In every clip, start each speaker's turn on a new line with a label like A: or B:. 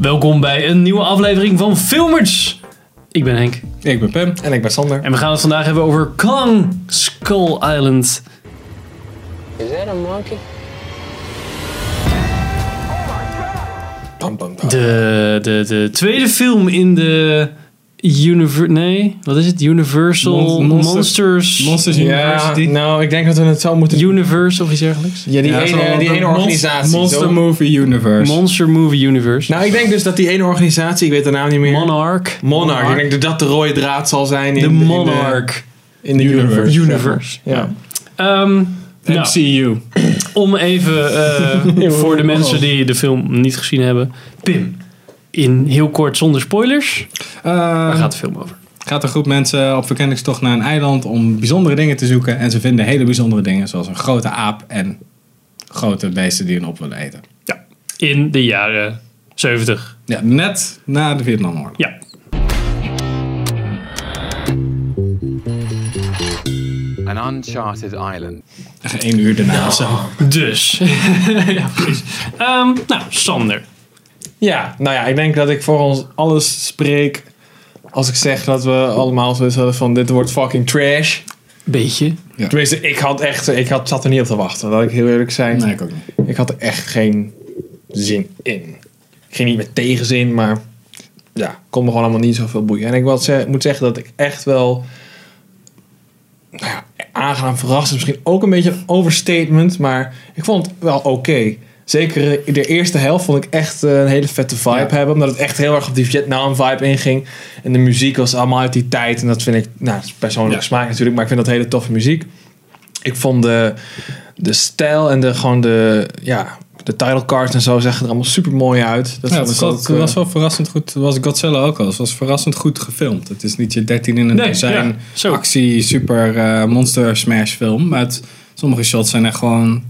A: Welkom bij een nieuwe aflevering van Filmers. Ik ben Henk
B: Ik ben Pam. En ik ben Sander.
A: en we gaan het vandaag hebben over Kong Skull Island.
C: Is that a monkey?
B: Pam, pam, pam.
A: De, de, de tweede film in de univer nee, wat is het? Universal
D: Mon- Monsters-
A: Monsters
D: Monsters
B: Ja,
D: University.
B: nou, ik denk dat we het zo moeten
A: Universe of iets dergelijks.
B: Ja, die
D: Ja,
B: ene,
D: zo'n
B: die ene
D: monst-
B: organisatie.
D: Monster
B: zo.
D: Movie Universe.
A: Monster Movie Universe.
B: Nou, ik denk dus dat die ene organisatie, ik weet de naam niet meer.
A: Monarch.
B: Monarch. Ik denk dat dat de rode draad zal zijn in
A: De
B: in
A: Monarch
B: In de
D: Universe.
B: universe.
A: Universe.
B: Ja.
A: Ehm, nou,
D: MCU.
A: om even eh, voor de mensen die de film niet gezien hebben. Pim, in heel kort zonder spoilers, waar
D: Eh,
A: gaat de film over?
D: gaat een groep mensen op verkenningstocht naar een eiland om bijzondere dingen te zoeken. En ze vinden hele bijzondere dingen, zoals een grote aap en grote beesten die hun op willen eten.
A: In de jaren 70.
D: Ja, net na de Vietnamoorlog.
A: Ja.
E: an uncharted island.
D: Eén uur daarna of zo.
A: Dus. ja, precies. Ehm, nou, Sander.
B: Ja, nou ja, ik denk dat ik voor ons alles spreek. Als ik zeg dat we allemaal zoiets hadden van dit wordt fucking trash.
A: Beetje.
D: Ja.
B: Tenminste, ik had echt, ik had, zat er niet op te wachten, laat ik heel eerlijk zijn.
D: Nee, ik ook niet.
B: Ik had er echt geen zin in. Ik ging niet met tegenzin, maar ja, kon me gewoon allemaal niet zoveel boeien. En ik wil ze- moet zeggen dat ik echt wel nou ja, aangenaam verrast is misschien ook een beetje een overstatement, maar ik vond het wel oké. Zeker eh, de eerste helft vond ik echt eh, een hele vette vibe
D: Ja.
B: hebben, omdat het echt heel erg op die Vietnam vibe inging. En de muziek was allemaal uit die tijd en dat vind ik, nou, dat is persoonlijke
D: Ja.
B: smaak natuurlijk, maar ik vind dat hele toffe muziek. Ik vond de, de stijl en de, gewoon de, ja, de title cards en zo zeggen er allemaal super mooi uit. Dat
D: Ja,
B: vond
D: het
B: ik
D: zat-
B: ook,
D: het
B: eh,
D: was wel verrassend goed. Was Godzilla ook al. Het was verrassend goed gefilmd. Het is niet je 13 in een
A: Nee,
D: dozijn
A: ja, zo.
D: actie super eh, monster smash film. Maar het- sommige shots zijn echt gewoon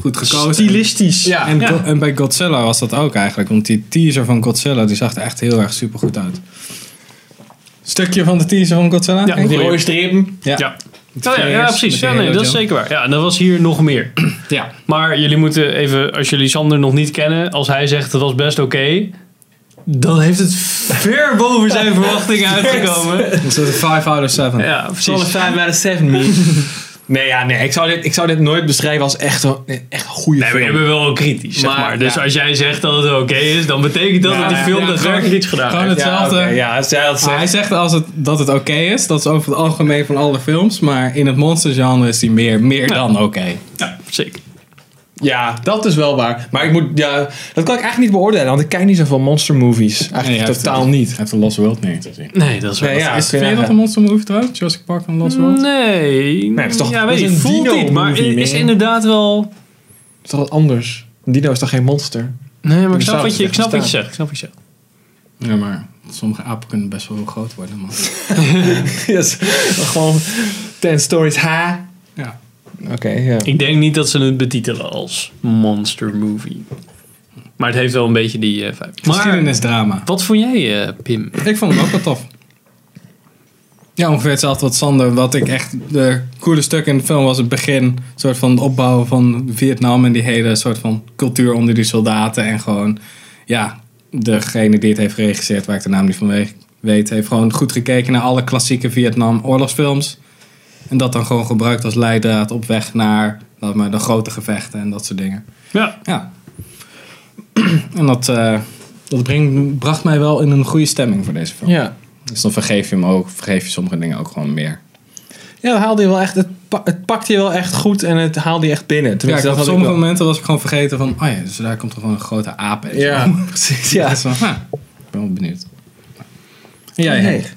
D: goed gekozen.
A: Stilistisch.
B: Ja.
D: En,
A: Ja.
D: Go- en bij Godzilla was dat ook eigenlijk. Want die teaser van Godzilla die zag er echt heel erg super goed uit. Stukje van de teaser van Godzilla?
A: Ja,
D: Henk?
B: die rode strepen.
D: ja.
A: Ja. Oh ja, ja, precies.
D: Met de
A: Ja, nee,
D: hele
A: dat is
D: jump.
A: zeker waar. Ja, en dat was hier nog meer.
D: Ja.
A: Maar jullie moeten even, als jullie Sander nog niet kennen, als hij zegt het was best oké, dan heeft het ver boven zijn verwachtingen uitgekomen.
D: Dat is een 5 out of 7.
A: Ja, precies.
B: 5 bij de 7 Nee, ja, nee. Ik zou, dit, ik zou dit nooit beschrijven als echt een, een echt goede
A: Nee, maar je
B: film.
A: bent wel kritisch, zeg
B: Maar,
A: maar. Dus
B: ja.
A: als jij zegt dat het oké is, dan betekent dat
D: Ja,
A: dat die
D: ja,
A: film
D: ja,
A: daadwerkelijk
D: gewoon-
A: iets gedaan
D: gewoon
A: heeft.
D: het- hetzelfde.
B: Ja, oké, ja, als jij dat
D: Maar
B: zegt.
D: hij zegt als het, dat het oké is. Dat is over het algemeen van alle films. Maar in het monstergenre is die meer, meer dan oké.
A: Ja, zeker.
B: Ja, dat is wel waar. Maar ik moet, ja, dat kan ik eigenlijk niet beoordelen, want ik kijk niet zoveel monster movies. Eigenlijk totaal niet.
D: Hij heeft de Lost World niet gezien.
A: Nee, dat is wel.
B: Nee, ja,
D: Is,
B: oké,
D: vind je
B: nou,
D: dat een monstermovie trouwens? Jurassic Park en
A: Mm.
D: Lost World?
A: Nee.
B: dat is toch-
A: ja,
B: dat
A: weet je,
B: is een
A: voelt
B: dino-movie,
A: niet, maar het is
B: man.
A: inderdaad wel...
B: is toch wat anders? Een dino is toch geen monster?
A: Nee, maar ik
B: Die
A: snap
B: staat
A: wat je, ik
B: echt
A: snap wat je
B: bestaan.
A: zegt. Ik snap wat je zegt.
D: Ja, maar sommige apen kunnen best wel groot worden. Man.
B: yes. Gewoon 10 stories H.
D: Ja.
B: Oké, ja.
A: Ik denk niet dat ze het betitelen als monster movie. Maar het heeft wel een beetje die eh vibe. Maar
D: Geschiedenisdrama.
A: wat vond jij, eh, Pim?
D: Ik vond het ook wel tof. Ja, ongeveer hetzelfde wat Sander. Wat ik echt de coole stuk in de film was het begin. soort van het opbouwen van Vietnam en die hele soort van cultuur onder die soldaten. En gewoon, ja, degene die het heeft geregisseerd, waar ik de naam niet van we- weet, heeft gewoon goed gekeken naar alle klassieke Vietnam oorlogsfilms. En dat dan gewoon gebruikt als leidraad op weg naar laat maar, de grote gevechten en dat soort dingen.
A: Ja.
D: Ja. En dat, eh, dat breng- bracht mij wel in een goede stemming voor deze film.
B: Ja.
D: Dus dan vergeef je hem ook, vergeef je sommige dingen ook gewoon meer.
B: Ja, dat haalde je wel echt. Het, pa- het pakte je wel echt goed en het haalde je echt binnen.
D: Ja, ik
B: Tenminste,
D: op
B: dat had ik
D: sommige
B: wel.
D: momenten was ik gewoon vergeten van, oh ja, dus daar komt er gewoon een grote aap in.
B: Ja, precies.
D: ja.
B: Ja.
D: Dus van, ah, ik ben wel benieuwd. En jij,
B: Nee.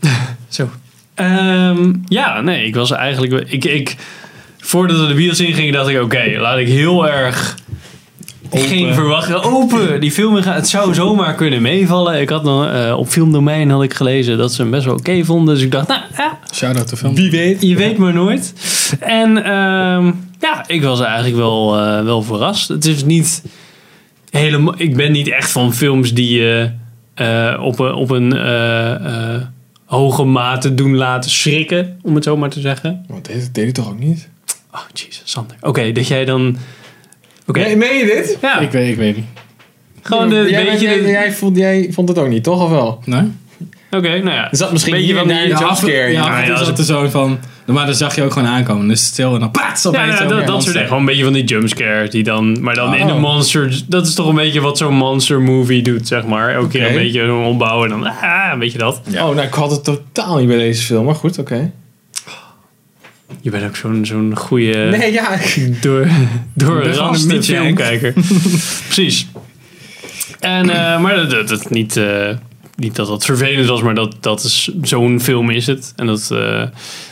D: Henk?
A: Zo. Ehm, ja, nee, ik was eigenlijk... Ik, ik, voordat we de bios ingingen, dacht ik... Oké, laat ik heel erg... Geen verwachten. Open! Die film in gaan. Het zou zomaar kunnen meevallen. Ik had nog, eh, op filmdomein had ik gelezen dat ze hem best wel oké vonden. Dus ik dacht, nou ja,
D: Shout-out to film.
B: Wie weet.
A: Je weet maar nooit. En ehm, ja, ik was eigenlijk wel, eh, wel verrast. Het is niet helemaal. Ik ben niet echt van films die je eh, op een, op een eh, eh, hoge mate doen laten schrikken, om het zo maar te zeggen.
B: Want deze deed hij toch ook niet?
A: Oh, jezus, Sander. Oké, dat jij dan. Oké.
B: Nee, meen je dit?
A: Ja.
D: Ik weet, ik weet niet.
A: Gewoon
B: Ja,
A: een
B: jij,
A: beetje...
B: jij,
A: de-
B: jij, vond, jij vond het ook niet, toch? Of wel?
D: Nee?
A: Oké, nou ja.
B: Er zat misschien
A: Beetje
B: hier
A: van
B: en daar
A: die-
B: een
D: af-
B: jumpscare. in.
D: ja, af en
A: ja,
D: toe
A: als
D: zat
A: ik-
D: er zo van... Maar dan zag je ook gewoon aankomen. Dus stil en dan paats
A: Ja,
D: opeens.
A: ja,
D: zo
A: dat,
D: weer
A: dat soort
D: monster.
A: dingen. Gewoon een beetje van die jumpscares die dan... Maar dan in
D: Oh.
A: een monster... Dat is toch een beetje wat zo'n monster movie doet, zeg maar. Elke keer een
B: Oké.
A: beetje zo'n opbouwen en dan... Ah, een beetje dat.
B: Oh, nou, ik had het totaal niet bij deze film, maar goed, oké.
A: Je bent ook zo'n zo'n goede...
B: Nee, ja.
A: Door, door
D: ben
A: een
D: gewoon
A: ras
D: een
A: te
D: midget.
A: filmkijker. Precies. En, eh, maar dat, dat, dat niet, eh, niet dat dat vervelend was, maar dat, dat is zo'n film is het. En dat, eh,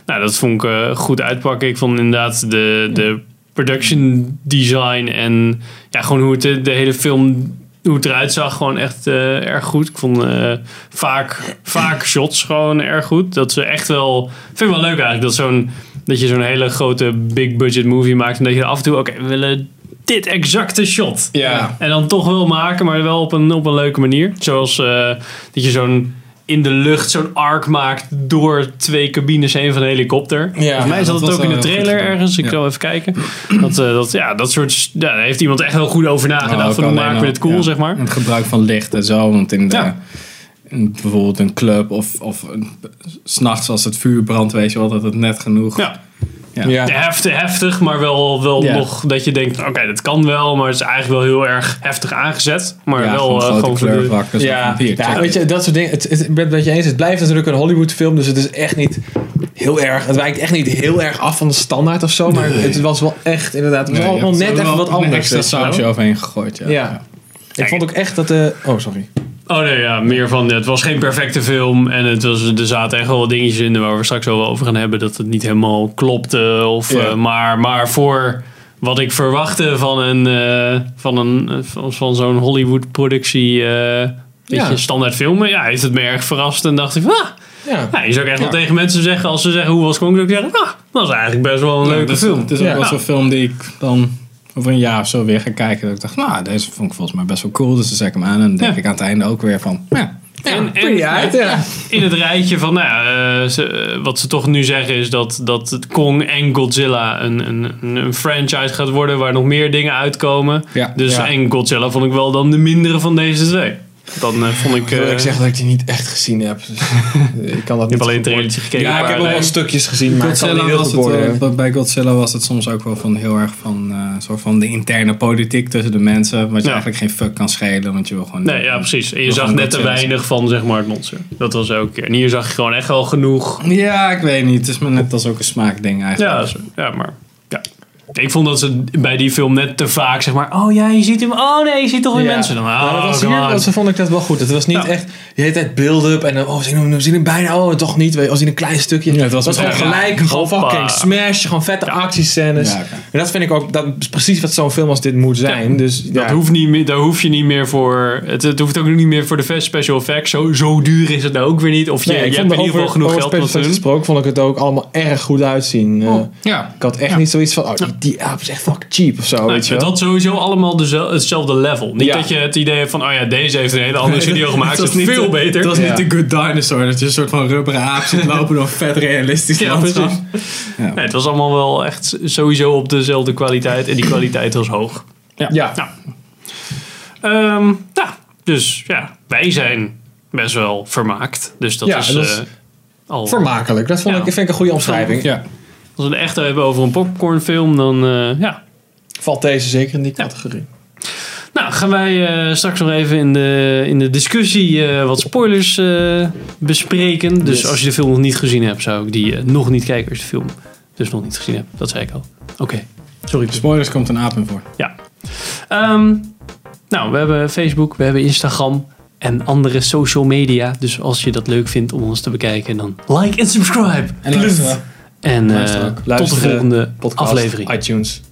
A: nou, dat vond ik eh, goed uitpakken. Ik vond inderdaad de, de production design en ja, gewoon hoe het eh, de, de hele film hoe het eruit zag, gewoon echt eh, erg goed. Ik vond eh, vaak, vaak shots gewoon erg goed. Dat ze echt wel... Vind ik wel leuk eigenlijk, dat zo'n dat je zo'n hele grote big budget movie maakt. En dat je af en toe, oké, we willen dit exacte shot.
B: Ja.
A: En dan toch wel maken, maar wel op een, op een leuke manier. Zoals eh, dat je zo'n in de lucht zo'n arc maakt door twee cabines heen van een helikopter.
B: Ja.
A: Volgens mij
D: Ja,
A: zat
D: dat
A: het
D: was
A: ook in de
D: wel heel goed
A: trailer
D: gedaan.
A: ergens. Ik
D: Ja.
A: zal even kijken. Dat, eh, dat, ja, dat soort... s- Ja, daar heeft iemand echt wel goed over nagedacht.
D: Nou,
A: van
D: ook
A: hoe
D: alleen
A: maken we
D: al,
A: dit cool,
D: ja.
A: zeg maar.
D: Het gebruik van licht en zo. Want in de,
A: Ja.
D: in bijvoorbeeld een club of, of een- s'nachts als het vuur brandt, weet je wel, dat het net genoeg.
A: Ja.
B: Ja.
A: Ja, Heft, heftig, maar wel, wel
D: Ja.
A: nog dat je denkt... Oké, dat kan wel, maar het is eigenlijk wel heel erg heftig aangezet. Maar
D: Ja,
A: wel
D: gewoon
A: eh,
D: grote
A: gewoon voor de-
D: kleurvakkers.
B: Ja,
D: of hier, check
B: ja
D: it.
B: weet je, dat soort dingen. Het, het, ik ben het met je eens. Het blijft natuurlijk een Hollywoodfilm, dus het is echt niet heel erg. Het wijkt echt niet heel erg af van de standaard of zo, maar het was wel echt inderdaad. Het was
D: Nee, je
B: allemaal
D: hebt
B: net
D: er
B: even
D: wel
B: wat
D: een
B: anders.
D: extra
B: weet je wel.
D: sausje overheen gegooid, ja.
B: Ja. Ik vond ook echt dat de. oh, sorry.
A: Oh nee, ja, meer van het was geen perfecte film en het was, er zaten echt wel wat dingetjes in waar we straks wel over gaan hebben dat het niet helemaal klopte. Of,
B: Ja.
A: eh, maar, maar voor wat ik verwachtte van, een, eh, van, een, van, van zo'n Hollywood productie, eh beetje
B: Ja.
A: standaard filmen, ja, heeft het me erg verrast en dacht ik van, ah,
B: Ja.
A: ja, je zou ook echt wel tegen mensen zeggen als ze zeggen hoe was Kong, zou ik zeggen, ah, dat was eigenlijk best wel een
D: Ja,
A: leuke
D: dus
A: film.
D: Het is ook
B: Ja.
D: wel
A: Ja.
D: zo'n film die ik dan over een jaar of zo weer ga kijken. Dat ik dacht, nou, deze vond ik volgens mij best wel cool. Dus dan zet ik hem aan en dan denk
A: Ja.
D: ik aan het einde ook weer van, ja.
A: En- en-
B: Pretty hard, ja.
A: in het rijtje van, nou ja, eh, ze- eh, wat ze toch nu zeggen is dat, dat het Kong en Godzilla een, een, een- een franchise gaat worden waar nog meer dingen uitkomen.
D: Ja,
A: dus
B: ja.
A: en Godzilla vond ik wel dan de mindere van deze twee. Dan eh, vond ik.
B: Ik wil
A: eh,
B: ik zeggen dat ik die niet echt gezien heb. Dus ik kan dat
A: ik
B: niet.
A: heb alleen het trailertje gekeken.
B: ja, ik
A: maar eh,
B: heb nog wel
A: alleen-
B: stukjes gezien, maar ik kan niet
D: Godzilla
B: heel
D: was
B: goed
D: het, wel-
B: beoordelen.
D: bij- bij Godzilla was het soms ook wel van heel erg van, eh, soort van de interne politiek tussen de mensen. Wat je
A: Ja.
D: eigenlijk geen fuck kan schelen, want je wil gewoon...
A: Nee, ja, precies. En je
D: Nog
A: zag
D: een
A: net te
D: Godzilla.
A: weinig van zeg maar, het monster. Dat was elke keer. En hier zag je gewoon echt wel genoeg.
D: Ja, ik weet niet. Het is maar net als ook een smaakding eigenlijk.
A: Ja, zo- ja maar. Ja. Ik vond dat ze bij die film net te vaak zeg maar. Oh ja, je ziet hem. Oh nee, je ziet toch weer
B: Ja.
A: mensen. Dan, oh,
B: Maar dat was
A: come
B: hier,
A: on.
B: was, vond ik dat wel goed. Het was niet
A: Ja.
B: echt, je heet het build-up en dan, oh, we zien hem, we zien hem bijna, oh, toch niet, weet je, we zien een klein stukje.
D: Ja, het was
B: gewoon
D: meteen, ja.
B: gelijk, gewoon
A: Hoppa.
B: fucking smash, gewoon vette actiescènes.
D: Ja, oké.
B: En dat vind ik ook, dat is precies wat zo'n film als dit moet zijn.
A: Ja.
B: dus ja,
A: Dat hoeft niet meer, daar hoef je niet meer voor. Het, het hoeft ook niet meer voor de vet special effects. Zo, zo duur is het nou ook weer niet. Of je,
B: Nee,
A: je
B: ik
A: hebt in
B: vond
A: ieder geval
B: over-
A: genoeg
B: over
A: geld om dat te
B: special
A: doen.
B: gesproken vond ik het ook allemaal erg goed uitzien. Eh,
D: Ja.
B: ik had echt niet zoiets van, oh, die, die aap is echt fucking cheap of zo, weet je
A: Het
B: wel.
A: had sowieso allemaal dezel- hetzelfde level. Niet
B: Ja.
A: dat je het idee hebt van, oh ja, deze heeft een hele andere video gemaakt.
D: Het
A: Dat
D: was
A: is
D: niet
A: veel
D: de-
A: beter.
D: Het was
B: Ja.
D: niet de Good Dinosaur, dat je een soort van rubberen aap zit lopen door een vet realistisch
A: Ja,
D: landschap.
A: precies. Nee, het was allemaal wel echt sowieso op dezelfde kwaliteit. En die kwaliteit was hoog.
B: ja.
A: Nou. Ehm, nou, dus ja, wij zijn best wel vermaakt. Dus dat
B: Ja,
A: is...
B: en dat is
A: eh, al
B: Vermakelijk, dat vond
A: Ja.
B: ik, vind ik een goede omschrijving.
D: Ja.
A: Als we het echt hebben over een popcornfilm, dan eh, ja,
B: Valt deze zeker in die categorie.
A: Nou, gaan wij eh, straks nog even in de, in de discussie eh, wat spoilers eh, bespreken. Dus als je de film nog niet gezien hebt, zou ik die eh, nog niet kijken als je de film dus nog niet gezien hebt. Dat zei ik al. Oké. Sorry.
D: Spoilers komt een aap in voor.
A: Ja. Ehm, nou, we hebben Facebook, we hebben Instagram en andere social media. Dus als je dat leuk vindt om ons te bekijken, dan like en subscribe.
D: En luisteren.
A: En eh,
D: Luisteren ook.
A: tot de
B: Luisteren,
A: volgende
B: Podcast,
A: aflevering.
B: iTunes.